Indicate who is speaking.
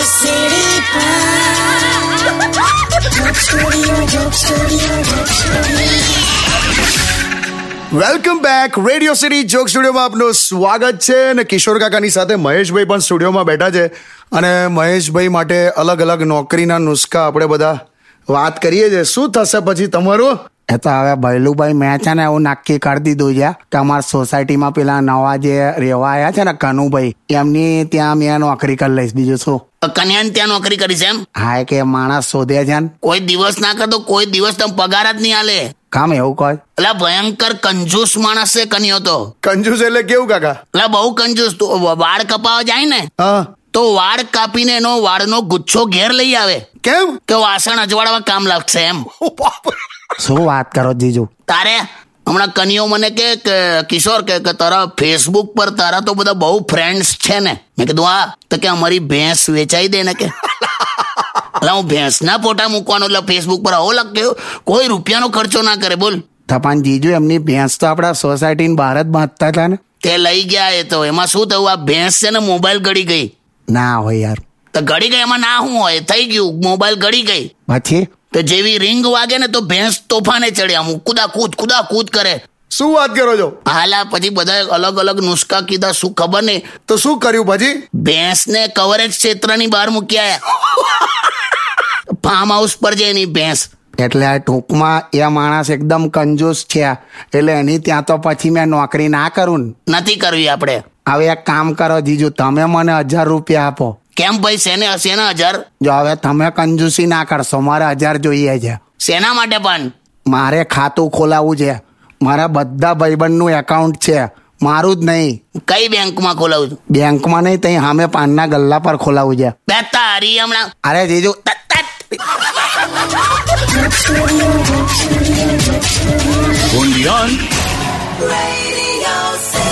Speaker 1: સીડી
Speaker 2: welcome back radio city joke સ્ટુડિયોમાં આપનું સ્વાગત છે અને કિશોર કાકાની સાથે મહેશભાઈ પણ સ્ટુડિયોમાં બેઠા છે અને મહેશભાઈ માટે અલગ અલગ નોકરીના નુસ્ખા આપણે બધા વાત કરીએ છીએ શું થશે પછી તમારું
Speaker 3: એ તો હવે ભૈલુભાઈ મેં છે ને એવું નક્કી કરી દીધું છે કે અમારા સોસાયટીમાં પેલા નવા જે રહેવા આવ્યા છે ને કનુભાઈ એમની ત્યાં મેં નોકરી કરી લઈશ બીજું શું
Speaker 4: કન્યાને ત્યાં નોકરી કરી છે એમ
Speaker 3: હા એ કે માણસ શોધે છે ને
Speaker 4: કોઈ દિવસ ના કરતો કોઈ દિવસ તમે પગાર જ નહીં આલે
Speaker 3: કામ એવું કહે
Speaker 4: એટલે ભયંકર કંજૂસ માણસ છે કન્યો તો
Speaker 2: કંજૂસ એટલે કેવું કાકા
Speaker 4: એટલે બહુ કંજૂસ તો વાળ કપાવા જાય ને
Speaker 2: હા
Speaker 4: તો વાળ કાપીને એનો વાળનો ગુચ્છો ઘેર લઈ આવે
Speaker 2: કેમ
Speaker 4: કે વાસણ અજવાળામાં કામ લાગશે એમ
Speaker 2: ઓ બાપ રે.
Speaker 3: શું વાત કરો જીજુ
Speaker 4: તારે હમણાં કનિયો મને કે કે કિશોર કે કે તારા ફેસબુક પર તારા તો બધા બહુ ફ્રેન્ડ્સ છે ને મેં કીધું હા તો કે અમારી ભેંસ વેચાઈ દે ને કે એટલે હું ભેંસના ફોટા મૂકવાનો એટલે ફેસબુક પર આવો લખ્યો કોઈ રૂપિયાનો ખર્ચો ના કરે બોલ
Speaker 3: તપાન જીજુ એમની ભેંસ તો આપણા સોસાયટીની બહાર જ બાંધતા હતા ને
Speaker 4: તે લઈ ગયા એ તો એમાં શું થયું આ ભેંસ છે ને મોબાઈલ ગળી ગઈ
Speaker 3: ના હોય યાર
Speaker 4: તો ગળી ગઈ એમાં ના શું હોય થઈ ગયું મોબાઈલ ગળી ગઈ
Speaker 3: પછી
Speaker 4: તો જેવી રિંગ વાગે ને તો ભેંસ તોફાને ચડે આમ કુદા કૂદ કુદા કૂદ કરે
Speaker 2: શું વાત કરો છો
Speaker 4: હાલા પછી બધાએ અલગ અલગ નુસ્ખા કીધા શું ખબર નહીં
Speaker 2: તો શું કર્યું પછી
Speaker 4: ભેંસને કવરેજ ક્ષેત્રની બહાર મૂક્યા ફાર્મ હાઉસ પર છે એની ભેંસ
Speaker 3: એટલે આ ટૂંકમાં એ માણસ એકદમ કંજૂસ છે એટલે એની ત્યાં તો પછી મેં નોકરી ના કરું ને
Speaker 4: નથી કરવી આપણે
Speaker 3: હવે એક કામ કરો જીજુ તમે મને હજાર રૂપિયા આપો
Speaker 4: કેમ ભાઈ શેને શેના હજાર
Speaker 3: જો હવે તમે કંજૂસી ના કરશો મારે હજાર જોઈએ છે
Speaker 4: શેના માટે પણ
Speaker 3: મારે ખાતું ખોલાવવું છે મારા બધા ભાઈબંધનું એકાઉન્ટ છે મારું જ નહીં
Speaker 4: કઈ બેંકમાં ખોલાવું છું
Speaker 3: બેંકમાં નહીં તઈ સામે પાનના ગલ્લા પર ખોલાવવું છે
Speaker 4: બે તારી હમણાં
Speaker 3: અરે જીજુ
Speaker 1: Radio City.